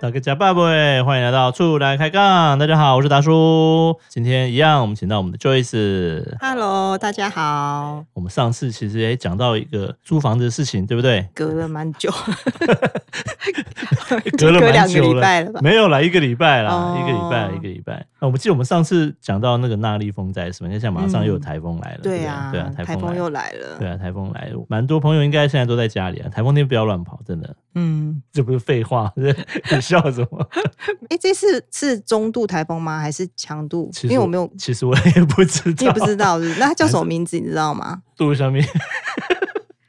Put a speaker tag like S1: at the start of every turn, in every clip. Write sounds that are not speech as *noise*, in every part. S1: 大家拜拜，欢迎来到处来开杠。大家好，我是达叔。今天一样，我们请到我们的 Joyce。
S2: Hello，大家好。
S1: 我们上次其实也讲到一个租房子的事情，对不对？
S2: 隔了蛮
S1: *laughs*
S2: 久，
S1: 隔了蛮
S2: 两个
S1: 久
S2: 礼
S1: 了，
S2: 拜了吧？
S1: 没有啦，一个礼拜啦，
S2: 哦
S1: 一个礼拜，一个礼拜。那我们记得我们上次讲到那个纳利风灾是吧？你看现在马上又有台风来了，对
S2: 对
S1: 不
S2: 啊，
S1: 对啊，台
S2: 风
S1: 来了
S2: 又来了。
S1: 对啊，台风来了，蛮多朋友应该现在都在家里啊。台风天不要乱跑，真的，
S2: 嗯，
S1: 这 *laughs* 不是废话，你笑什么？
S2: 哎，这次是中度台风吗？还是强度？
S1: 其
S2: 因
S1: 实
S2: 为我没有，
S1: 其实我也不知道，
S2: 你也不知道，是不是那它叫什么名字？你知道吗？
S1: 杜上
S2: *laughs*
S1: 面，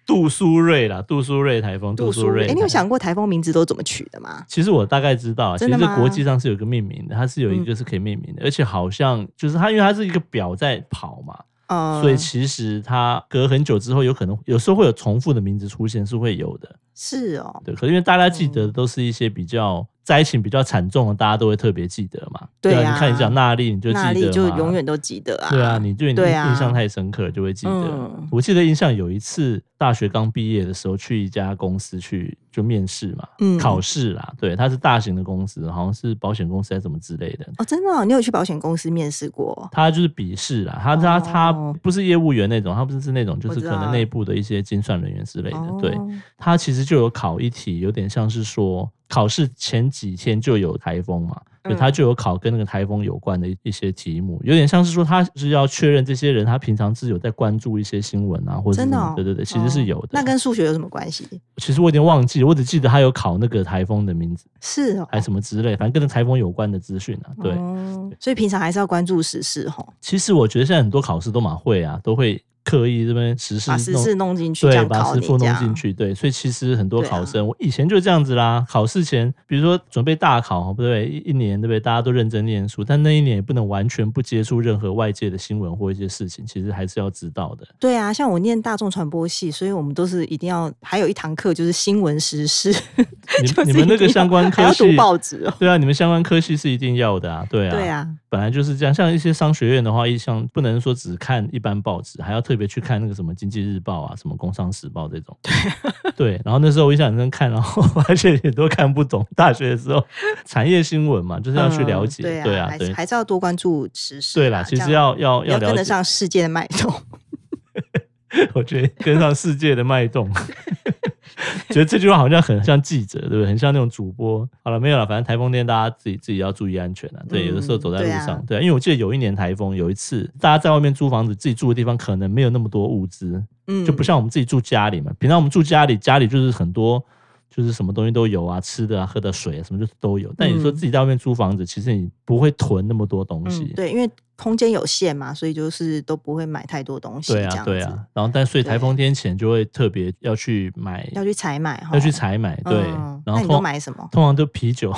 S1: 杜苏芮啦，杜苏芮台风，
S2: 杜
S1: 苏
S2: 苏芮。
S1: 芮。
S2: 哎，你有？想过台风名字都怎么取的吗？
S1: 其实我大概知道啊，其
S2: 真
S1: 实
S2: 的
S1: 这
S2: 吗
S1: 国际上是有一个命名的，它是有一
S2: 嗯
S1: 个是可以命名的，而且好像就是它，因为它是一个表在跑嘛，
S2: 呃
S1: 所以其实它隔很久之后，有可能有时候会有重复的名字出现，是会有的。
S2: 是哦，
S1: 对，可是因为大家记得
S2: 嗯
S1: 的都是一些比较灾情比较惨重的，大家都会特别记得嘛。
S2: 对
S1: 啊，
S2: 啊
S1: 你看你讲纳莉，你就记得
S2: 那里就
S1: 嘛
S2: 永远都记得啊。
S1: 对啊，你对你
S2: 对啊
S1: 印象太深刻，就会记得。
S2: 嗯
S1: 我记得印象有一次大学刚毕业的时候，去一家公司去就面试嘛，
S2: 嗯
S1: 考试啦，对，它是大型的公司，好像是保险公司还是什么之类的。
S2: 哦，真的哦，你有去保险公司面试过？
S1: 他就是笔试啦，他他他
S2: 哦
S1: 不是业务员那种，他不是是那种就
S2: 我
S1: 是
S2: 知
S1: 可
S2: 道
S1: 能内部的一些精算人员之类的
S2: 哦，
S1: 对，他其实就有考一题，有点像是说考试前几天就有台风嘛，
S2: 嗯
S1: 对，他就有考跟那个台风有关的一一些题目，有点像是说他是要确认这些人他平常是有在关注一些新闻啊，或者是
S2: 真
S1: 什
S2: 的
S1: 么
S2: 哦，
S1: 对对对，其实是有的。
S2: 哦那跟数学有什么关系？
S1: 其实我有点忘记，我只记得他有考那个台风的名字，
S2: 是哦，
S1: 还什么之类，反正跟那台风有关的资讯啊。对，
S2: 哦，所以平常还是要关注时事吼，
S1: 其实我觉得现在很多考试都蛮会啊，都会刻意这边实施
S2: 把时
S1: 弄
S2: 事弄进去，这
S1: 对，
S2: 样
S1: 把
S2: 考
S1: 师
S2: 你
S1: 傅
S2: 这
S1: 弄
S2: 样。
S1: 进去，对，所以其实很多
S2: 对啊
S1: 考生，我以前就这样子啦。考试前，比如说准备大考，对不对？一一年，对不对？大家都认真念书，但那一年也不能完全不接触任何外界的新闻或一些事情，其实还是要知道
S2: *laughs*
S1: 的。
S2: 对啊，像我念大众传播系，所以我们都是一定要，还有一堂课就是新闻时事， *laughs* 就是
S1: 你你们那个
S2: 一定要
S1: 相关科
S2: 还要
S1: 系
S2: 读报纸哦。
S1: 对啊，你们相关科系是一定要的啊，对啊，
S2: 对啊，
S1: 本来就是这样。像一些商学院的话，一向不能说只看一般报纸，还要特别去看那个什么《经济日报》啊，什么《工商时报》这种。 *laughs* 对然后那时候我印象很深看，然后发现也都看不懂。大学的时候，产业新闻嘛，就是要去了解。
S2: 嗯
S1: 对
S2: 对
S1: 啊，
S2: 还
S1: 对
S2: 是还是要多关注时事啊。
S1: 对啦，其实
S2: 这样
S1: 要要
S2: 要跟
S1: 了
S2: 得
S1: 解，
S2: 上世界的脉
S1: *laughs*
S2: 动。
S1: 我觉得跟上世界的脉动。 *laughs* 觉得这句话好像很像记者，对不对？很像那种主播。好了，没有了，反正台风天大家自己自己要注意安全啊。对，
S2: 嗯
S1: 有的时候走在路
S2: 对啊
S1: 上，对啊因为我记得有一年台风，有一次大家在外面租房子，自己住的地方可能没有那么多物资，
S2: 嗯，
S1: 就不像我们自己住家里嘛。平常我们住家里，家里就是很多。就是什么东西都有啊，吃的啊、喝的水啊，什么就是都有。但你说
S2: 嗯
S1: 自己在外面租房子，其实你不会囤那么多东西，
S2: 嗯，对，因为空间有限嘛，所以就是都不会买太多东西，
S1: 对
S2: 这
S1: 啊，
S2: 样
S1: 对
S2: 子
S1: 啊。然后，但所以台
S2: 对
S1: 风天前就会特别要去买，
S2: 要去采买哈，
S1: 要去采买，对。
S2: 哦嗯
S1: 然
S2: 那
S1: 后
S2: 你
S1: 通
S2: 都买什么？
S1: 通常都啤酒，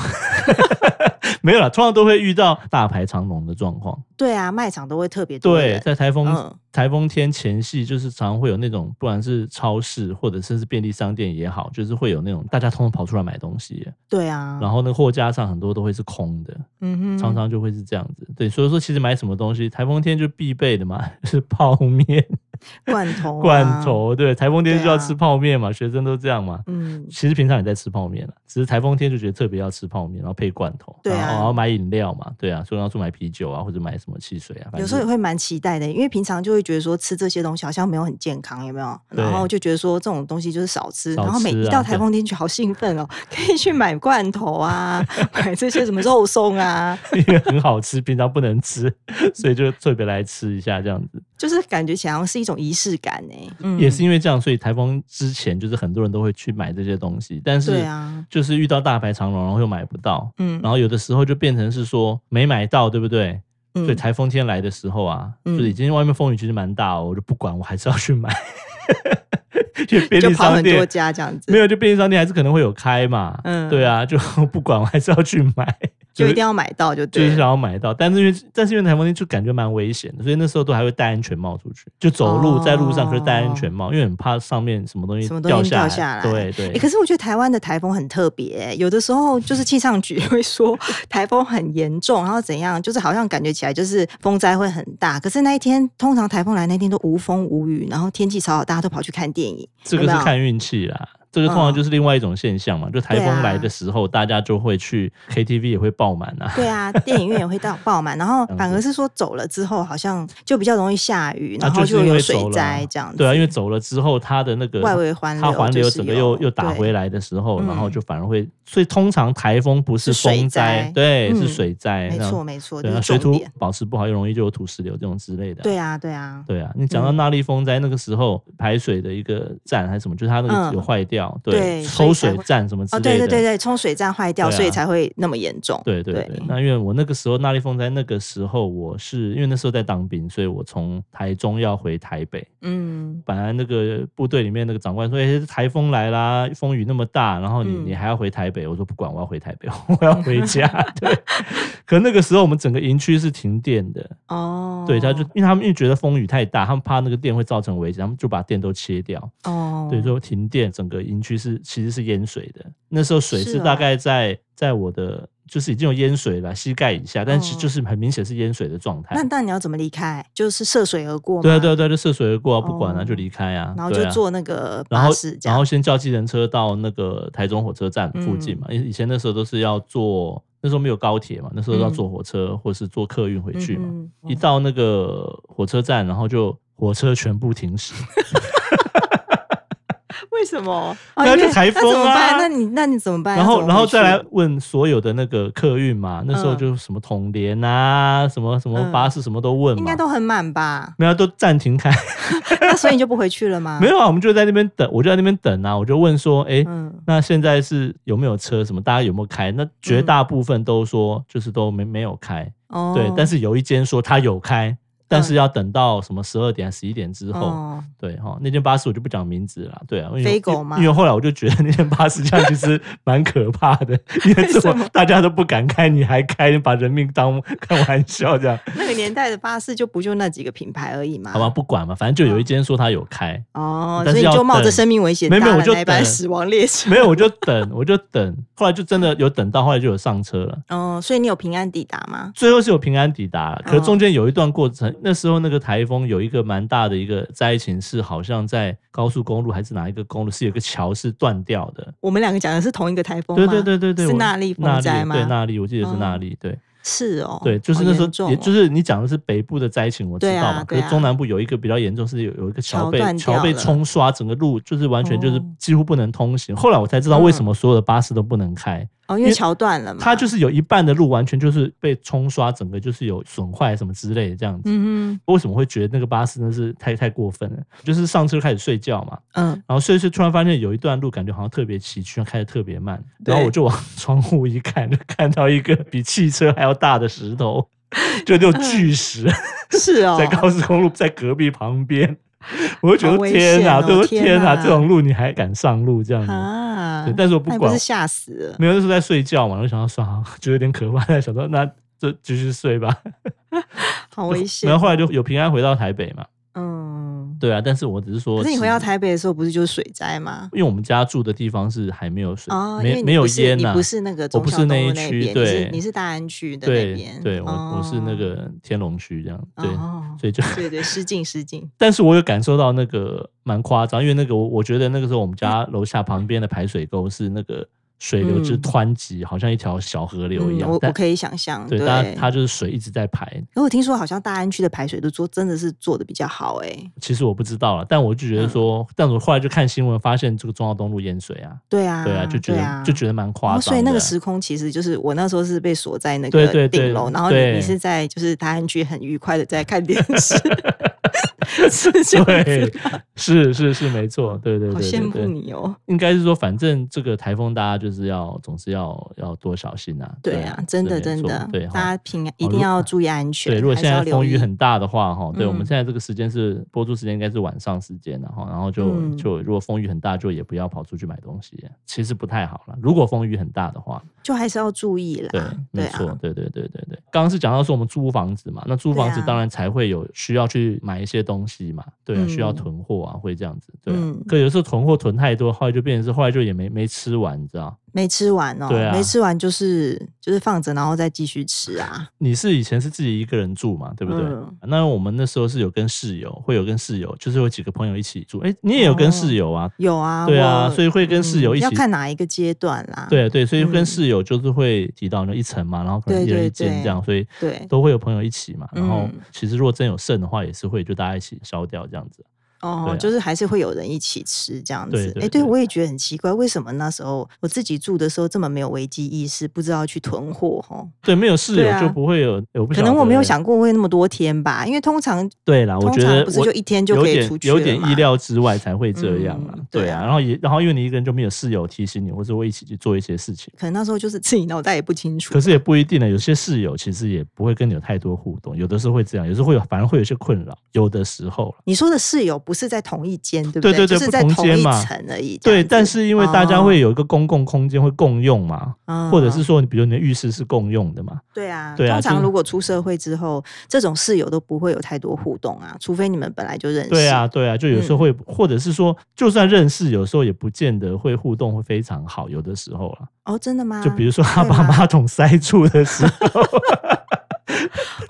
S1: *laughs* 没有啦，通常都会遇到大排长龙的状况。
S2: 对啊，卖场都会特别多
S1: 对，
S2: 人。
S1: 在台风、
S2: 嗯
S1: 台风天前夕，就是常会有那种，不管是超市或者甚至便利商店也好，就是会有那种大家通通跑出来买东西，
S2: 对啊，
S1: 然后那个货架上很多都会是空的，
S2: 嗯哼，
S1: 常常就会是这样子。对，所以说其实买什么东西，台风天就必备的嘛， *laughs* 就是泡面。
S2: *laughs* 罐头、啊，
S1: 罐，头，对，台风天就要
S2: 对啊
S1: 吃泡面嘛，学生都这样嘛。
S2: 嗯，
S1: 其实平常也在吃泡面了，只是台风天就觉得特别要吃泡面，然后配罐头，
S2: 对啊
S1: 然后然后买饮料嘛，对啊，所以要去买啤酒啊，或者买什么汽水啊，反正
S2: 有时候也会蛮期待的，因为平常就会觉得说吃这些东西好像没有很健康，有没有？
S1: 对
S2: 然后就觉得说这种东西就是少吃，
S1: 少
S2: 然后每
S1: 吃
S2: 一
S1: 啊
S2: 到
S1: 对
S2: 台风天就好兴奋哦， *laughs* 可以去买罐
S1: *laughs*
S2: 头啊，买这些什么肉松啊，
S1: *laughs* 因为很好吃，平常不能吃， *laughs* 所以就特别来吃一下这样子。
S2: 就是感觉起来好像是一种仪式感呢。嗯，
S1: 也是因为这样，所以台风之前就是很多人都会去买这些东西，但是
S2: 对啊，
S1: 就是遇到大排长龙，然后又买不到，
S2: 嗯，
S1: 然后有的时候就变成是说没买到，对不对？
S2: 嗯
S1: 所以台风天来的时候啊，
S2: 嗯
S1: 就是已经外面风雨其实蛮大哦，我就不管，我还是要去买。 *laughs* 因为便
S2: 就
S1: 利
S2: 跑
S1: 商
S2: 很多
S1: 店
S2: 家这样子，
S1: 没有，就便利商店还是可能会有开嘛。
S2: 嗯
S1: 对啊，就 *laughs* 不管，我还是要去买，
S2: *laughs* 就一
S1: 是
S2: 定要买到就
S1: 就
S2: 对
S1: 是
S2: 了。
S1: 想要买到。但是因为但是因为台风天就感觉蛮危险的，所以那时候都还会戴安全帽出去，就走路在路上，
S2: 哦
S1: 可是戴安全帽，因为很怕上面什么东西
S2: 什么
S1: 掉
S2: 东西
S1: 下
S2: 掉
S1: 来。
S2: 下来
S1: 对对
S2: 欸，可是我觉得台湾的台风很特别欸、有的时候
S1: *laughs*
S2: 就是气象局会说台风很严重，然后怎样，就是好像感觉起来就是风灾会很大。可是那一天，通常台风来那天都无风无雨，然后天气超好，大家都跑去看电影。
S1: 这个
S2: 有没
S1: 是
S2: 有
S1: 看运气啦。这个通
S2: 嗯
S1: 常就是另外一种现象嘛，就台风来的时候，
S2: 啊
S1: 大家就会去 KTV 也会爆满啊。
S2: 对啊，电影院也会到爆满，然后反而是说走了之后，好像就比较容易下雨，
S1: 那
S2: 然后
S1: 啊就是因
S2: 有
S1: 为
S2: 水
S1: 走了
S2: 灾这样子。
S1: 对啊，因为走了之后，它的那个
S2: 外围环流
S1: 它环流
S2: 就是
S1: 整个又
S2: 有
S1: 又打
S2: 对
S1: 回来的时候，
S2: 嗯
S1: 然后就反而会，所以通常台风不是
S2: 是水
S1: 风灾
S2: 灾，
S1: 对，是
S2: 嗯
S1: 水灾，
S2: 没
S1: 那
S2: 错没错，
S1: 对啊，
S2: 这
S1: 水
S2: 是重
S1: 土
S2: 点。
S1: 保持不好，又容易就有土石流这种之类的。
S2: 对啊对啊，
S1: 对啊，你讲到
S2: 嗯
S1: 那利风灾那个时候排水的一个站还是什么，就是它那个
S2: 嗯
S1: 有坏掉，
S2: 对所以
S1: 抽水
S2: 才会
S1: 站什么之
S2: 哦
S1: 类的。
S2: 对对对对，冲水站坏掉，
S1: 对啊
S2: 所以才会那么严重。
S1: 对对
S2: 对
S1: 对，那因为我那个时候那利风灾那个时候，我是因为那时候在当兵，所以我从台中要回台北。
S2: 嗯，
S1: 本来那个部队里面那个长官说：“哎、台风来啦，风雨那么大，然后你、
S2: 嗯
S1: 你还要回台北？”我说：“不管，我要回台北， *laughs* 我要回家。”
S2: *laughs*
S1: 对。可那个时候我们整个营区是停电的，
S2: 哦，
S1: 对，他就因为他们因为觉得风雨太大，他们怕那个电会造成危险，他们就把电都切掉。
S2: 哦，
S1: 对，就停电，整个营区是其实是淹水的。那时候水
S2: 是
S1: 是大
S2: 哦
S1: 概在、在我的就是已经有淹水了，膝盖以下，但是
S2: 哦
S1: 就是很明显是淹水的状态
S2: 那。那你要怎么离开？就是涉水而过吗？
S1: 哎对啊对啊对啊，就涉水而过啊，不管了、
S2: 哦
S1: 就离开啊，
S2: 然后
S1: 对
S2: 就
S1: 啊。
S2: 坐那个
S1: 然后
S2: 巴士，这
S1: 然
S2: 样
S1: 后先叫计程车到那个台中火车站附
S2: 嗯
S1: 近嘛，因为以前那时候都是要坐，那时候没有高铁嘛，那时候要
S2: 嗯
S1: 坐火车或是坐客运回去嘛。
S2: 嗯嗯
S1: 一到那个火车站，然后就火车全部停驶，
S2: 为什么？哦
S1: 那
S2: 因
S1: 就
S2: 为
S1: 台
S2: 那怎
S1: 风
S2: 么
S1: 啊
S2: 办那你那你怎么办？
S1: 然
S2: 要
S1: 后
S2: 怎么
S1: 然后
S2: 回去
S1: 再来问所有的那个客运嘛，那时候
S2: 嗯
S1: 就什么统联啊，什么什么
S2: 嗯
S1: 巴士什么都问嘛，
S2: 应该都啊很满
S1: *laughs*
S2: 吧？
S1: 没有都暂停开，
S2: 那所以你就不回去了吗？
S1: 没有啊，我们就在那边等，我就在那边等啊，我就问说，哎、
S2: 嗯，
S1: 那现在是有没有车？什么大家有没有开？那绝大部分都说就是都没没有开，
S2: 哦，
S1: 对。但
S2: 是
S1: 是有一间说他有开，但是要等到什么十二点、十一点之后，
S2: 哦，
S1: 对哈。那间巴士我就不讲名字了，对啊，因为
S2: 飞狗吗
S1: 因为后来我就觉得那间巴士这样其实蛮可怕 *laughs* 的，因为
S2: 为
S1: 这
S2: 什
S1: 么
S2: 么
S1: 大家都不敢开，你还开，你把人命当 *laughs* 开玩笑这样，
S2: 那个年代的巴士就不就那几个品牌而已嘛。
S1: 好吧，，不管嘛，反正就有一间说他有开，
S2: 哦，
S1: 但
S2: 所
S1: 是
S2: 以
S1: 要
S2: 你就冒着
S1: 等
S2: 生命危险
S1: 没有没有
S2: 搭
S1: 我
S2: 了
S1: 就
S2: 那一班
S1: 等
S2: 死亡列车。
S1: 没有我就等，我就等，后来就真的有等到，后来就有上车了。
S2: 哦，所以你有平安抵达吗？
S1: 最后是有平安抵达，可是
S2: 哦
S1: 中间有一段过程，那时候那个台风有一个蛮大的一个灾情，是好像在高速公路还是哪一个公路，是有一个桥是断掉的。
S2: 我们两个讲的是同一个台风吗？
S1: 对对对对对，
S2: 是
S1: 我
S2: 那莉风灾吗
S1: 对，那莉，我记得是那
S2: 哦
S1: 莉，对
S2: 是哦，
S1: 对，就是
S2: 好
S1: 那时
S2: 严重
S1: 候，也
S2: 哦
S1: 就是你讲的是北部的灾情，我知
S2: 对啊
S1: 道嘛。可
S2: 对啊
S1: 是中南部有一个比较严重，是有有一个桥
S2: 桥
S1: 被
S2: 断掉
S1: 桥被
S2: 了
S1: 冲刷，整个路就是完全就是
S2: 哦
S1: 几乎不能通行。后来我才知道为什么所有的巴士都不能开，
S2: 哦，因
S1: 因为
S2: 为桥断了嘛，
S1: 它就是有一半的路完全就是被冲刷，整个就是有损坏什么之类的这样子。
S2: 嗯
S1: 为什么会觉得那个巴士真的是太太过分了？就是上车开始睡觉嘛，
S2: 哼嗯，
S1: 然后睡睡突然发现有一段路感觉好像特别崎岖，开得特别慢，
S2: 对
S1: 然后我就往窗户一看，就看到一个比汽车还要大的石头， *laughs* 就那种巨石，
S2: 是
S1: *laughs*
S2: 哦
S1: 在，高速公路在隔壁旁边， *laughs* 我就觉
S2: 好
S1: 得
S2: 危
S1: 天
S2: 险
S1: 哪，
S2: 哦
S1: 对，我说
S2: 天
S1: 天哪，
S2: 哪
S1: 这种路你还敢上路这样子？
S2: 啊
S1: 对，但是我不
S2: 那你不
S1: 管
S2: 是，吓死了，
S1: 没有，那时候在睡觉嘛，我就想到算了， *laughs* 觉得有点可怕，但想说那就继续睡吧。
S2: 好危
S1: *laughs*
S2: 险。
S1: 然后后来就有平安回到台北嘛。
S2: 嗯，
S1: 对啊，但是我只是说，
S2: 可是你回到台北的时候，不是就是水灾吗？
S1: 因为我们家住的地方是还没有水，
S2: 哦，因
S1: 没
S2: 为你
S1: 没有
S2: 不是
S1: 烟
S2: 你
S1: 呐、
S2: 不是那个
S1: 我
S2: 中
S1: 不
S2: 小
S1: 是
S2: 东
S1: 那一
S2: 路
S1: 区，
S2: 边，你
S1: 对
S2: 是，你是大安区的那
S1: 对
S2: 边，
S1: 对，我、我是那
S2: 哦
S1: 个天龙区这样，对，
S2: 哦
S1: 所以就，
S2: 对对，失敬
S1: *laughs*
S2: 失敬，
S1: 但是我有感受到那个蛮夸张，因为那个我我觉得那个时候我们家楼下旁边的排水沟是那个水流之
S2: 嗯
S1: 湍急，好像一条小河流一
S2: 嗯
S1: 样，
S2: 我
S1: 但
S2: 我可以想象，
S1: 对，
S2: 对，
S1: 但它就是水一直在排。
S2: 可我听说好像大安区的排水都做真的是做的比较好哎、
S1: 其实我不知道了，但我就觉
S2: 嗯
S1: 得说，但我后来就看新闻发现这个中澳东路淹水啊，
S2: 对啊，
S1: 对啊，就觉得、
S2: 啊
S1: 就觉得蛮夸张
S2: 哦
S1: 的、
S2: 所以那个时空其实就是我那时候是被锁在那
S1: 对对
S2: 个
S1: 对
S2: 顶楼，然后
S1: 对
S2: 你你是在就是大安区很愉快的在看电
S1: *laughs*
S2: 视，是这样子啊
S1: 对， *laughs* 是是是，没错，对对
S2: 好
S1: 对
S2: 羡
S1: 对
S2: 慕
S1: 对，
S2: 你哦。
S1: 应该是说，反正这个台风大家就是要总是要要多小心啊。
S2: 对啊，真的
S1: 对没
S2: 真
S1: 错
S2: 的，
S1: 对
S2: 大
S1: 哈。
S2: 家平安
S1: 如
S2: 一定要注意安全，
S1: 对，如果
S2: 还
S1: 现
S2: 是要
S1: 在风
S2: 留
S1: 雨
S2: 意
S1: 很大的话，哈，对、我们
S2: 嗯
S1: 现在这个时间是播出时间，应该是晚上时间，然后然后就、
S2: 嗯
S1: 就如果风雨很大，就也不要跑出去买东西，其实不太好了。如果风雨很大的话，
S2: 就还是要注意啦。
S1: 对，没错，
S2: 啊，
S1: 对对对对对。刚刚是讲到说我们租房子嘛，那租房子
S2: 对啊
S1: 当然才会有需要去买一些东西嘛，对、啊，
S2: 嗯
S1: 需要囤货啊，会这样子，对啊、
S2: 嗯
S1: 可有时候囤货囤太多，后来就变成是后来就也没没吃完，你知道？
S2: 没吃完哦，
S1: 对啊
S2: 没吃完就是就是放着，然后再继续吃啊。
S1: 你是以前是自己一个人住嘛，对不对？
S2: 嗯
S1: 那我们那时候是有跟室友，会有跟室友，就是有几个朋友一起住。哎、你也有跟室友啊？
S2: 有啊，
S1: 对啊，所
S2: 以
S1: 以会跟室友一起。
S2: 要看哪一个阶段啦。
S1: 对对，所以跟
S2: 嗯
S1: 室友就是会提到那一层嘛，然后可能
S2: 对
S1: 一人
S2: 对
S1: 一间
S2: 对
S1: 这样，所以
S2: 对
S1: 都会有朋友一起嘛。然后
S2: 嗯
S1: 其实如果真有剩的话，也是会就大家一起烧掉这样子。
S2: 哦，
S1: 对啊
S2: 就是还是会有人一起吃这样子。
S1: 对对
S2: 诶
S1: 对
S2: 对我也觉得很奇怪，为什么那时候我自己住的时候这么没有危机意识，不知道去囤货哦？
S1: 对，没有室
S2: 对
S1: 友
S2: 啊
S1: 就不会有，我不
S2: 可
S1: 晓
S2: 能
S1: 得
S2: 我没有
S1: 欸。
S2: 想过会那么多天吧，因为通常
S1: 对啦，我
S2: 通
S1: 觉得
S2: 常不是
S1: 我
S2: 就一天就
S1: 有
S2: 可以
S1: 点
S2: 出去
S1: 有
S2: 了
S1: 点意
S2: 嘛
S1: 料之外才会这样啦。
S2: 嗯
S1: 对
S2: 对
S1: 啊，
S2: 啊
S1: 然后也然后因为你一个人就没有室友提醒你，或者会一起去做一些事情。
S2: 可能那时候就是自己脑袋也不清楚。
S1: 可是也不一定呢，有些室友其实也不会跟你有太多互动，有的时候会这样，有时候会有，反而会有一些困扰，有的时候啦
S2: 你说的室友不是在同一间，对不
S1: 对对对
S2: 就是在
S1: 不同
S2: 同
S1: 间
S2: 一
S1: 嘛
S2: 层而已。这
S1: 对，
S2: 样子
S1: 但是因为大家
S2: 哦
S1: 会有一个公共空间会共用嘛，或者是
S2: 嗯
S1: 说，你比如你的浴室是共用的嘛，
S2: 对啊，
S1: 对啊
S2: 通
S1: 就是
S2: 常如果出社会之后，这种室友都不会有太多互动啊，除非你们本来就认识。
S1: 对啊，，对啊，就有时候
S2: 嗯
S1: 会，或者是说，就算认识，有时候也不见得会互动会非常好，有的时候啦，
S2: 哦，真的吗？
S1: 就比如说他
S2: 会
S1: 把
S2: 吗
S1: 马桶塞住的时候，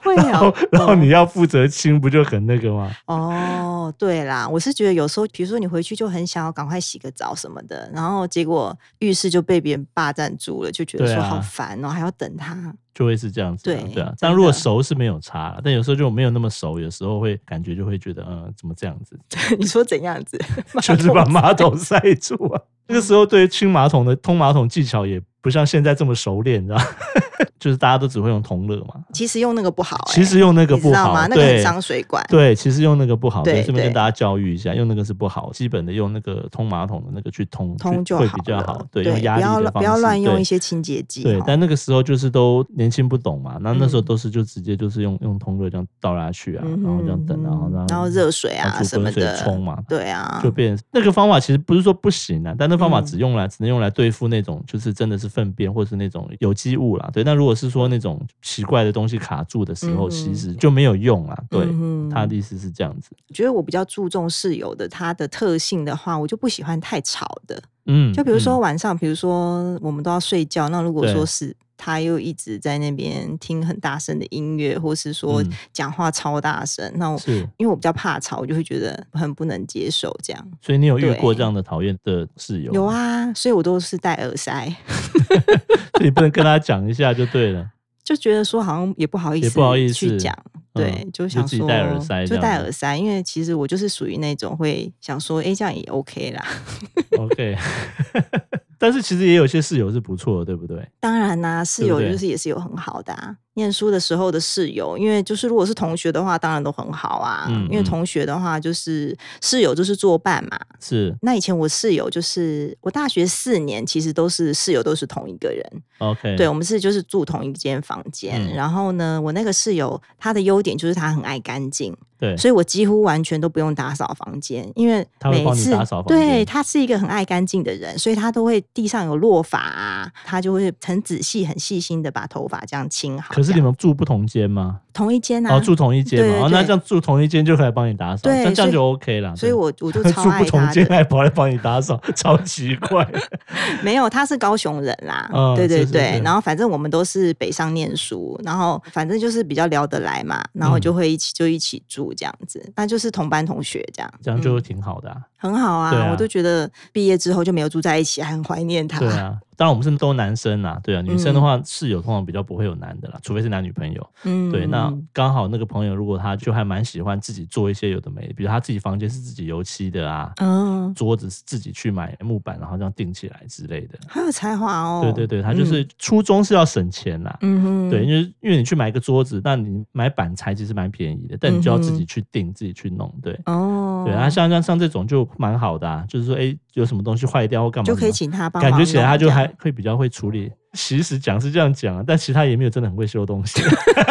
S2: 会
S1: 然后 *laughs*
S2: 啊，
S1: 然后
S2: 嗯
S1: 你要负责清，不就很那个吗？
S2: 哦，对啦，我是觉得有时候，比如说你回去就很想要赶快洗个澡什么的，然后结果浴室就被别人霸占住了，就觉得
S1: 对
S2: 说
S1: 啊
S2: 好烦哦，还要等他。 *laughs*
S1: 就会是这样子啊、
S2: 对
S1: 对啊
S2: 真。
S1: 但如果
S2: 的
S1: 熟是没有差啦，但有时候就没有那么熟，有时候会感觉就会觉得，嗯，怎么这样子，
S2: 你说怎样子？ *laughs*
S1: 就是 *laughs* 把马桶塞住啊。那个时候对于清马桶的通马桶技巧也不像现在这么熟练，你知道吗， *laughs* 就是大家都只会用同乐嘛。
S2: 其实用那个不好、欸，
S1: 其实用那个
S2: 哦你
S1: 不
S2: 知道
S1: 好，
S2: 吗？那个很
S1: 对
S2: 伤水管。
S1: 对，其实用那个不好，
S2: 对
S1: 对，顺便跟
S2: 对
S1: 大家教育一下，用那个是不好，基本的用那个通马桶的那个去通
S2: 通
S1: 去
S2: 就
S1: 会
S2: 好
S1: 比较
S2: 了
S1: 好，
S2: 对，
S1: 用压
S2: 不要
S1: 力的方
S2: 乱不
S1: 式，
S2: 要乱用
S1: 对
S2: 一些清洁剂哦
S1: 对
S2: 哈。，
S1: 但那个时候就是都年轻不懂嘛，那那时候
S2: 嗯
S1: 都是就直接就是用用通热这样倒下去啊，
S2: 嗯
S1: 然后这样等，然后
S2: 哼
S1: 让
S2: 然后热水
S1: 让
S2: 啊
S1: 煮
S2: 什么
S1: 滚水
S2: 的
S1: 冲嘛。
S2: 对啊
S1: 就，变那个方法其实不是说不行啊，但那方法
S2: 嗯
S1: 只用来、只能用来对付那种就是真的是粪便或是那种有机物啦。对，但如果是说那种奇怪的东西卡住的时候，
S2: 嗯哼
S1: 其实就没有用啦。对，
S2: 嗯哼
S1: 他的意思是这样子。
S2: 我觉得我比较注重室友的他的特性的话，我就不喜欢太吵的。
S1: 嗯，
S2: 就比如说
S1: 嗯
S2: 晚上，比如说我们都要睡觉，那如果
S1: 对
S2: 说是他又一直在那边听很大声的音乐，或是说
S1: 嗯
S2: 讲话超大声，那我
S1: 是，
S2: 因为我比较怕吵，我就会觉得很不能接受这样。
S1: 所以你有遇过
S2: 对
S1: 这样的讨厌的室友？
S2: 有，啊，所以我都是戴耳塞，
S1: *laughs* 所以不能跟他讲一下就对了。
S2: 就觉得说好像也不好意
S1: 也
S2: 思，
S1: 不好意思
S2: 去讲。 *laughs* 对，就想
S1: 嗯自
S2: 说
S1: 己戴耳塞这
S2: 就
S1: 样
S2: 戴
S1: 子
S2: 耳塞，因为其实我就是属于那种会想说，哎、这样也 OK 啦。
S1: OK，但是其实也有些室友是不错的，对不对？
S2: 当然啦、室
S1: 对不
S2: 友
S1: 对
S2: 就是也是有很好的啊。念书的时候的室友，因为就是如果是同学的话，当然都很好啊。
S1: 嗯
S2: 因为
S1: 嗯
S2: 同学的话，就是室友就是作伴嘛。
S1: 是
S2: 那以前我室友就是我大学四年，其实都是室友都是同一个人。
S1: OK，
S2: 对，我们是就是住同一间房间。
S1: 嗯
S2: 然后呢，我那个室友他的优点就是他很爱干净，
S1: 对
S2: 所以我几乎完全都不用打扫房间，因为
S1: 他会
S2: 每
S1: 帮你
S2: 次
S1: 打扫房间
S2: 对他是一个很爱干净的人，所以他都会地上有落发啊，他就会很仔细、很细心的把头发这样清好。
S1: 可是
S2: 这
S1: 你
S2: 样
S1: 们住不同间吗？
S2: 同一间啊，
S1: 哦，住同一间
S2: 对
S1: 嘛，哦，
S2: 对
S1: 那这样住同一间就可以来帮你打扫，那
S2: 对
S1: 这样
S2: 所以
S1: 就 OK 啦。
S2: 所以
S1: 对
S2: 我我就
S1: *laughs*
S2: 超
S1: 住
S2: 爱
S1: 不同
S2: 他
S1: 间
S2: 的。
S1: 还跑来帮你打扫， *laughs* 超奇怪。
S2: *laughs* 没有，他是高雄人
S1: *laughs*
S2: 啦，
S1: 嗯
S2: 对对
S1: 是
S2: 对
S1: 是是
S2: 然后反正我们都是北上念书，然后反正就是比较聊得来嘛，然后
S1: 嗯
S2: 就会一起就一起住这样子，那就是同班同学这样，
S1: 这样就
S2: 嗯
S1: 挺好的、啊，
S2: 很好啊
S1: 对啊
S2: 我都觉得毕业之后就没有住在一起，还很怀念他。
S1: 对啊。当然我们是都男生啦，对啊，女生的
S2: 嗯
S1: 话、室友通常比较不会有男的啦，除非是男女朋友。
S2: 嗯
S1: 对，那刚好那个朋友如果他就还蛮喜欢自己做一些有的没的，比如他自己房间是自己油漆的啊，
S2: 嗯，
S1: 桌子是自己去买木板，然后这样钉起来之类的。
S2: 很有才华哦。
S1: 对对对，他就是初衷是要省钱啦。
S2: 嗯，嗯哼，
S1: 对，因为因为你去买一个桌子，那你买板材其实蛮便宜的，但你就要自己
S2: 嗯哼
S1: 去定、自己去弄。对，
S2: 哦，
S1: 对，啊，像像像这种就蛮好的啊，就是说，哎，有什么东西坏掉或干嘛的
S2: 就
S1: 嘛，
S2: 可以请他帮忙
S1: 感
S2: 弄
S1: 觉
S2: 这样，哦
S1: 起来他就还会比较
S2: *laughs*
S1: 会处理。其实讲是这样讲啊，但其实他也没有真的很会修东西。
S2: 可是 *laughs*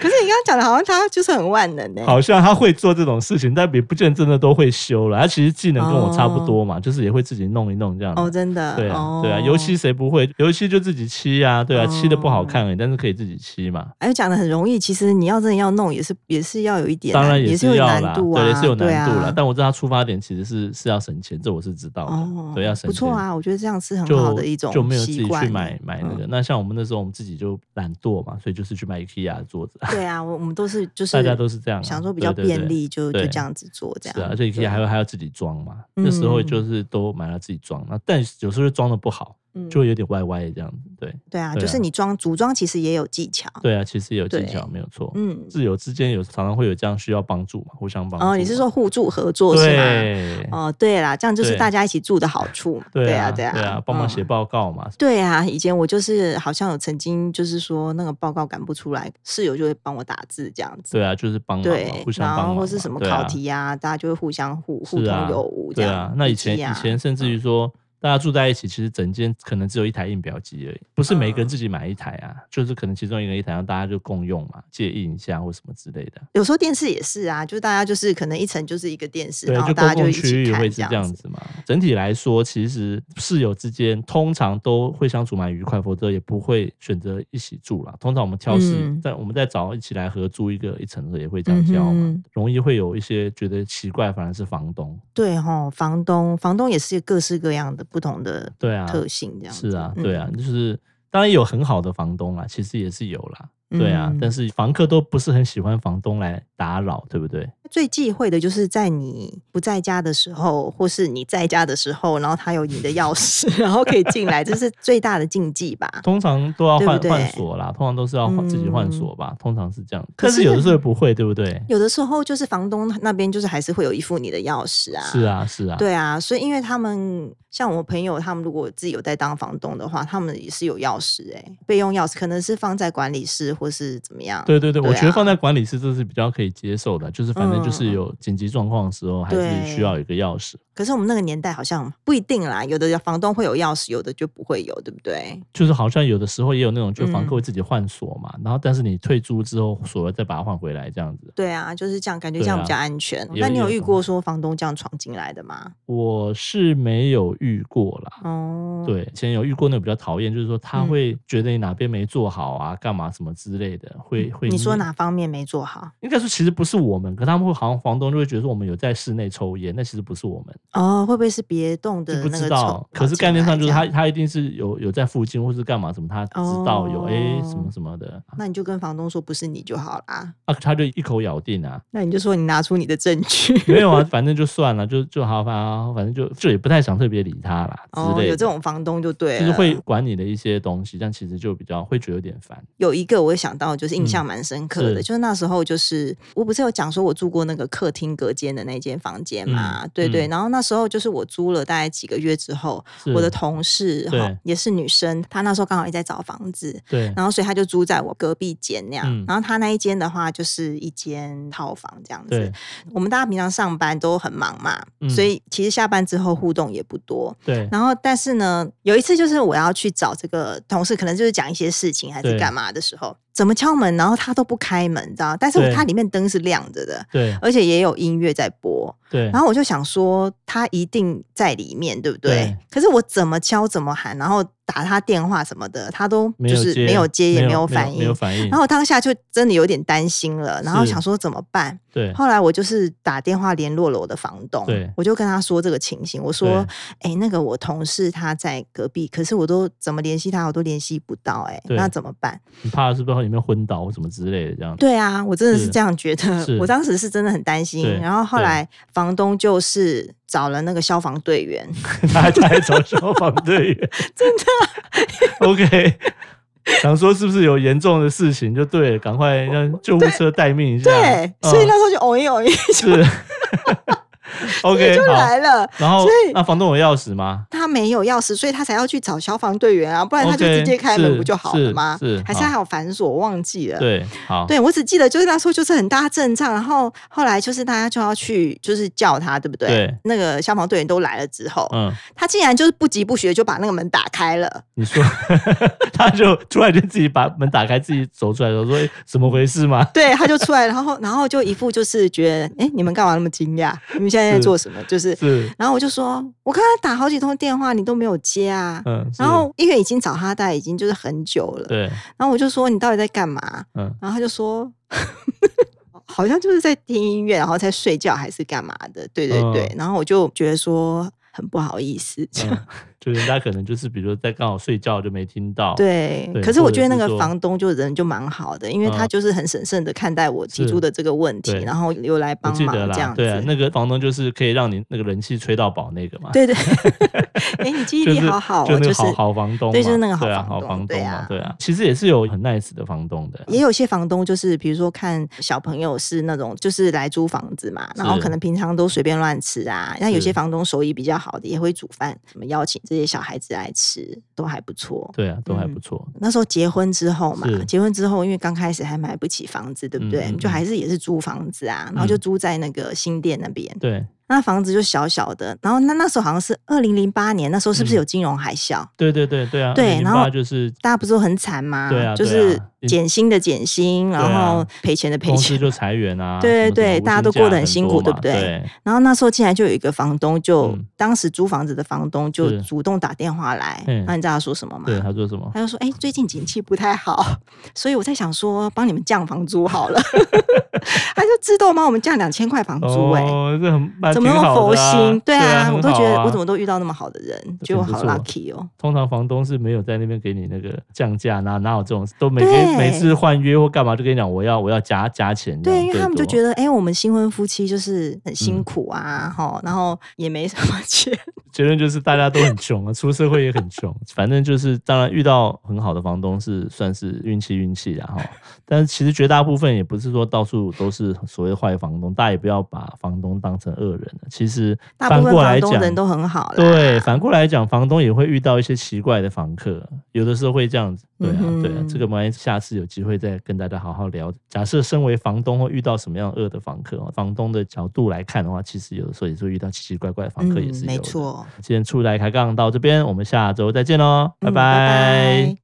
S2: 可是你刚刚讲的，好像他就是很万能欸
S1: *laughs*
S2: 呢、
S1: 好像他会做这种事情，但也不见真的都会修了。他其实技能跟我差不多嘛，就是也会自己弄一弄这样子。
S2: 哦，真的，
S1: 对啊，
S2: 哦、
S1: 对啊，油漆谁不会？油漆就自己漆啊，对啊，
S2: 哦
S1: 漆的不好看而已，但是可以自己漆嘛。
S2: 哎，讲的很容易，其实你要真的要弄，也是也是要有一点难，啊
S1: 当然
S2: 也
S1: 是
S2: 有
S1: 要
S2: 难
S1: 啦，
S2: 度啊，
S1: 对，也是有难度
S2: 对
S1: 啦。
S2: 啊
S1: 但我知道他出发点其实是是要省钱，这我是知道的。
S2: 哦，
S1: 对，要省钱。
S2: 不错啊，我觉得这样是很
S1: 就
S2: 好的一种
S1: 就没有自己
S2: 习
S1: 去
S2: 惯。嗯
S1: 买 *laughs* 买那个。那像我们那时候，我们自己就懒惰嘛，所以就是去买 IKEA 的桌子，
S2: 对啊，我我们都是就是
S1: 大家都是这样啊、
S2: 想说比较
S1: 对对对
S2: 便利，就就
S1: 对
S2: 这样子做这样。
S1: 是啊，而且 IKEA 还会还要自己装嘛。
S2: 嗯
S1: 那时候就是都买了自己装，那但有时候就装的不好，
S2: 嗯
S1: 就会有点歪歪的这样子。对
S2: 对啊，
S1: 对啊
S2: 就是你装组装其实也有技巧。
S1: 对啊，其实也有技
S2: 对
S1: 巧，没有错。
S2: 嗯，
S1: 挚友之间有常常会有这样需要帮助嘛，互相帮助嘛。
S2: 哦，你是说互助合作是吗？
S1: 对
S2: 哦，对啦，这样就是
S1: 对
S2: 大家一起住的好处嘛。
S1: 对
S2: 啊，
S1: 对
S2: 啊，对
S1: 帮忙写
S2: 嗯
S1: 报告嘛。
S2: 对啊，以前我就是好像有曾经就是说那个报告赶不出来，室友就会帮我打字这样子。
S1: 对啊，就是帮忙嘛，
S2: 对
S1: 互，相
S2: 然
S1: 帮忙
S2: 后
S1: 嘛，
S2: 或是什么
S1: 对
S2: 考
S1: 啊
S2: 题啊，大家就会互相互互
S1: 是
S2: 通
S1: 啊
S2: 有无这
S1: 对
S2: 样。
S1: 啊，那以前
S2: 笔记啊
S1: 以前甚至于说，大家住在一起，其实整间可能只有一台印表机而已，不是
S2: 嗯
S1: 每个人自己买一台啊，就是可能其中一个人一台，然后大家就共用嘛，借印一下或什么之类的。
S2: 有时候电视也是啊，就大家就是可能一层就是一个电视，
S1: 对
S2: 然，后
S1: 就
S2: 大
S1: 公
S2: 家就
S1: 共
S2: 一
S1: 区
S2: 起
S1: 域
S2: 看
S1: 会是这样
S2: 子。
S1: 子嘛。整体来说，其实室友之间通常都会相处蛮愉快，否则也不会选择一起住啦。通常我们挑室
S2: 嗯，
S1: 在、我们在找一起来合租一个一层的，也会这样
S2: 嗯
S1: 交嘛。
S2: 哼，
S1: 容易会有一些觉得奇怪，反而是房东。
S2: 对哈、房东房东也是各式各样的不同的
S1: 对啊，
S2: 特性，这样子嗯
S1: 是啊，对啊，，就是当然有很好的房东啦，啊其实也是有啦，
S2: 嗯
S1: 对啊，但
S2: 嗯
S1: 是房客都不是很喜欢房东来打扰，对不对？
S2: 最忌讳的就是在你不在家的时候，或是你在家的时候，然后他有你的钥匙，然后可以进来，这是最大的禁忌吧？
S1: 通常都要
S2: 对不
S1: 换
S2: 对
S1: 换锁啦，通常都是要换自己换
S2: 嗯
S1: 锁吧，通常是这样。
S2: 可
S1: 但是
S2: 是
S1: 有的时候也不会，对不对？
S2: 有的时候就是房东那边就是还是会有一副你的钥匙啊，
S1: 是啊，是啊，
S2: 对啊，所以因为他们像我朋友，他们如果自己有在当房东的话，他们也是有钥匙哎、备用钥匙可能是放在管理室或是怎么样。
S1: 对对对，
S2: 对
S1: 我觉得
S2: 啊
S1: 放在管理室这是比较可以接受的，就是反正就
S2: 嗯
S1: 是有紧急状况的时候，还是需
S2: 对
S1: 要有一个钥匙。
S2: 可是我们那个年代好像不一定啦，有的房东会有钥匙，有的就不会有，对不对？
S1: 就是好像有的时候也有那种，就房
S2: 嗯
S1: 客会自己换锁嘛，然后但是你退租之后锁了再把它换回来这样子。
S2: 对啊，就是这样，感觉
S1: 对
S2: 这样
S1: 啊
S2: 比较安全。
S1: 也
S2: 那你
S1: 也
S2: 有遇
S1: 有
S2: 过说房东这样闯进来的吗？
S1: 我是没有遇过啦，
S2: 哦，
S1: 对，以前有遇过那种比较讨厌，就是说他
S2: 嗯
S1: 会觉得你哪边没做好啊，干嘛什么之类的，会会。
S2: 嗯
S1: 嗯
S2: 你说？哪方面没做好？
S1: 应该说其实不是我们，可他们会好像房东就会觉得说我们有在室内抽烟，那其实不是我们，
S2: 哦，会不会是别栋
S1: 就
S2: 的
S1: 不
S2: 那
S1: 知
S2: 个
S1: 道
S2: 虫？
S1: 可是概念上就是他
S2: 跑进来这样
S1: 他一定是有有在附近或是干嘛什么，他知道有哎、
S2: 哦
S1: 什么什么的，
S2: 那你就跟房东说不是你就好啦。
S1: 啊他就一口咬定啊，
S2: 那你就说你拿出你的证据。
S1: 没有啊，反正就算了，就就好吧，反正就就也不太想特别理他啦之
S2: 哦，
S1: 类的。
S2: 有这种房东就对了，
S1: 就
S2: 啊
S1: 是会管你的一些东西，但其实就比较会觉得有点烦。
S2: 有一个我想到，就是印象
S1: 嗯
S2: 蛮深刻的，
S1: 是
S2: 就是那时候就是我不是有讲说我住过那个客厅隔间的那间房间嘛，
S1: 嗯
S2: 对对，
S1: 嗯
S2: 然后那时候就是我租了大概几个月之后，
S1: 是
S2: 我的同事
S1: 对
S2: 哈也是女生，她那时候刚好也在找房子。
S1: 对
S2: 然后，所以她就租在我隔壁间那样。
S1: 嗯
S2: 然后她那一间的话，就是一间套房这样
S1: 对
S2: 子。我们大家平常上班都很忙嘛，
S1: 嗯
S2: 所以其实下班之后互动也不多。
S1: 对
S2: 然后，但是呢，有一次就是我要去找这个同事，可能就是讲一些事情还
S1: 对
S2: 是干嘛的时候，怎么敲门，然后他都不开门，你知道？但是
S1: 对
S2: 他里面灯是亮着的，
S1: 对
S2: 而且也有音乐在播。
S1: 对
S2: 然后我就想说，他一定在里面，对不对？
S1: 对
S2: 可是我怎么敲，怎么喊，然后打他电话什么的，他都
S1: 没
S2: 就
S1: 有
S2: 是
S1: 接
S2: 没有接，也
S1: 没
S2: 没有
S1: 有
S2: 反
S1: 没
S2: 应
S1: 有。反应。
S2: 然后我当下就真的有点担心了，然后
S1: 是
S2: 想说怎么办？
S1: 对
S2: 后来我就是打电话联络了我的房东
S1: 对，
S2: 我就跟他说这个情形，我说：“哎、那个我同事他在隔壁，可是我都怎么联系他，我都联系不到、哎，
S1: 对
S2: 那怎么办
S1: 你怕是不是会里面昏倒或什么之类的这样？”子？
S2: 对啊，我真的是
S1: 是
S2: 这样觉得
S1: 是，
S2: 我当时是真的很担心
S1: 对。
S2: 然后后来房东就是找了那个消防队员，
S1: *laughs* 他还他还找消防队员，真的 *laughs* OK。想说是不是有严重的事情就对了，赶快让救护车待命一下。嗯
S2: *laughs* 对，所以那时候就哦一哦一，
S1: 嗯是 OK，
S2: 就
S1: 好。
S2: 来了。
S1: 然后
S2: 所以
S1: 那房东有钥匙吗？
S2: 他没有钥匙，所以他才要去找消防队员啊，不然他就
S1: OK，
S2: 直接开
S1: 是
S2: 门不就好了
S1: 是
S2: 吗？
S1: 是
S2: 还是
S1: 好
S2: 他有繁琐，我忘记了。
S1: 对，好，
S2: 对，我只记得就是那时候就是很大阵仗，然后后来就是大家就要去就是叫他，对不对？
S1: 对
S2: 那个消防队员都来了之后，
S1: 嗯，
S2: 他竟然就是不疾不徐地就把那个门打开了。
S1: 你说， *laughs* 他就突然间自己把门打开，自己走出来的时候说诶怎么回事吗？
S2: 对，他就出来，然后然后就一副就是觉得，哎，你们干嘛那么惊讶？你们现在在
S1: 是
S2: 做什么？
S1: *laughs*
S2: 就是，
S1: 是，
S2: 然后我就说，我刚才打好几通电话，你都没有接啊。
S1: 嗯， *laughs* 是
S2: 然后因为已经找他，大概已经就是很久了。
S1: 对，
S2: 然后我就说，你到底在干嘛？
S1: 嗯，
S2: 然后他就说， *laughs* 好像就是在听音乐，然后在睡觉还是干嘛的？对对对。
S1: 嗯
S2: 然后我就觉得说很不好意思，这样、 *laughs*
S1: 嗯就人家可能就是比如说在刚好睡觉就没听到，
S2: 对
S1: 对
S2: 可是
S1: 或
S2: 我
S1: 者
S2: 觉得那
S1: 是
S2: 个
S1: 说
S2: 房东就人就蛮好的，因为他
S1: 嗯
S2: 就是很审慎的看待我提
S1: 是
S2: 出的这个问题，
S1: 对
S2: 然后有来
S1: 我
S2: 帮
S1: 记
S2: 忙
S1: 得
S2: 这
S1: 啦
S2: 样，子。
S1: 对啊，那个房东就是可以让你那个人气吹到饱那个嘛，
S2: 对对， *laughs* 哎、你记忆
S1: 就
S2: 力
S1: 是
S2: 好好
S1: 就
S2: 哦，
S1: 那
S2: 就
S1: 个
S2: 是
S1: 好好房东嘛，
S2: 对就是那个好
S1: 对啊
S2: 房
S1: 好
S2: 东
S1: 房
S2: 对
S1: 东
S2: 啊
S1: 嘛，对啊，其实也是有很 nice 的房东的，
S2: 也有些房东就是，比如说看小朋友是那种就是来租房子嘛，然后可能平常都随便乱吃啊。那有些
S1: 是
S2: 房东手艺比较好的，也会煮饭，什么邀请这些小孩子来吃，都还不错。
S1: 对啊，都还
S2: 嗯
S1: 不错，
S2: 那时候结婚之后嘛
S1: 是，
S2: 结婚之后因为刚开始还买不起房子，对不对？
S1: 嗯嗯嗯嗯
S2: 就还是也是租房子啊，然后就租在那个新店那边。
S1: 对
S2: 那房子就小小的，然后那那时候好像是二零零八年，那时候是不
S1: 嗯
S2: 是有金融海啸？
S1: 对对对对啊，
S2: 对
S1: 2008
S2: 然后
S1: 就是
S2: 大家不是都很惨吗？
S1: 对啊
S2: 就
S1: 对
S2: 是
S1: 啊你
S2: 减薪的减薪，然
S1: 对啊
S2: 后赔钱的赔
S1: 公司
S2: 钱，
S1: 就裁员啊，
S2: 对
S1: 什么
S2: 对
S1: 什么无
S2: 大家都
S1: 薪假
S2: 过得很
S1: 很
S2: 辛
S1: 多
S2: 苦对
S1: 嘛
S2: 不对
S1: 对？
S2: 然后那时候竟然就有一个房东就，
S1: 嗯
S2: 当时租房子的房东就是主动打电话来，
S1: 嗯
S2: 那你知道他说什么吗？
S1: 对，他说什么？
S2: 他就说：“哎、最近景气不太好， *laughs* 所以我在想说，帮你们降房租好了。” *laughs* 他就自动帮我们降两千块房租、哎、
S1: 哦，这很蛮
S2: 怎么那
S1: 挺
S2: 么
S1: 好
S2: 佛
S1: 的啊
S2: 心？对啊，
S1: 很
S2: 我都觉得
S1: 好啊
S2: 我怎么都遇到那么好的人，觉得我
S1: 挺不
S2: 好
S1: 错
S2: lucky 哦。
S1: 通常房东是没有在那边给你那个降价，哪哪有这种都每个
S2: 对
S1: 每次换约或干嘛就跟你讲我要我要加加钱这
S2: 对，
S1: 样，
S2: 因为他们就觉
S1: 得
S2: 得，哎、我们新婚夫妻就是很辛
S1: 嗯
S2: 苦啊，哈、然后也没什么钱， *laughs*
S1: 结论就是大家都很穷啊，出社会也很穷，反正就是当然遇到很好的房东是算是运气运气然后，但是其实绝大部分也不是说到处都是所谓坏房东，大家也不要把房东当成恶人了，其实
S2: 大部
S1: 反
S2: 分
S1: 过来
S2: 房东
S1: 讲。
S2: 人都很好啦。
S1: 对，反过来讲，房东也会遇到一些奇怪的房客，有的时候会这样子。对啊，
S2: 嗯哼
S1: 对啊，这个我们下次有机会再跟大家好好聊。假设身为房东会遇到什么样恶的房客，哦房东的角度来看的话，其实有的时候也是会遇到奇奇怪怪的房客，也是有的。
S2: 嗯、没错。
S1: 今天出来开杠到这边，我们下周再见喽，
S2: 嗯
S1: 拜拜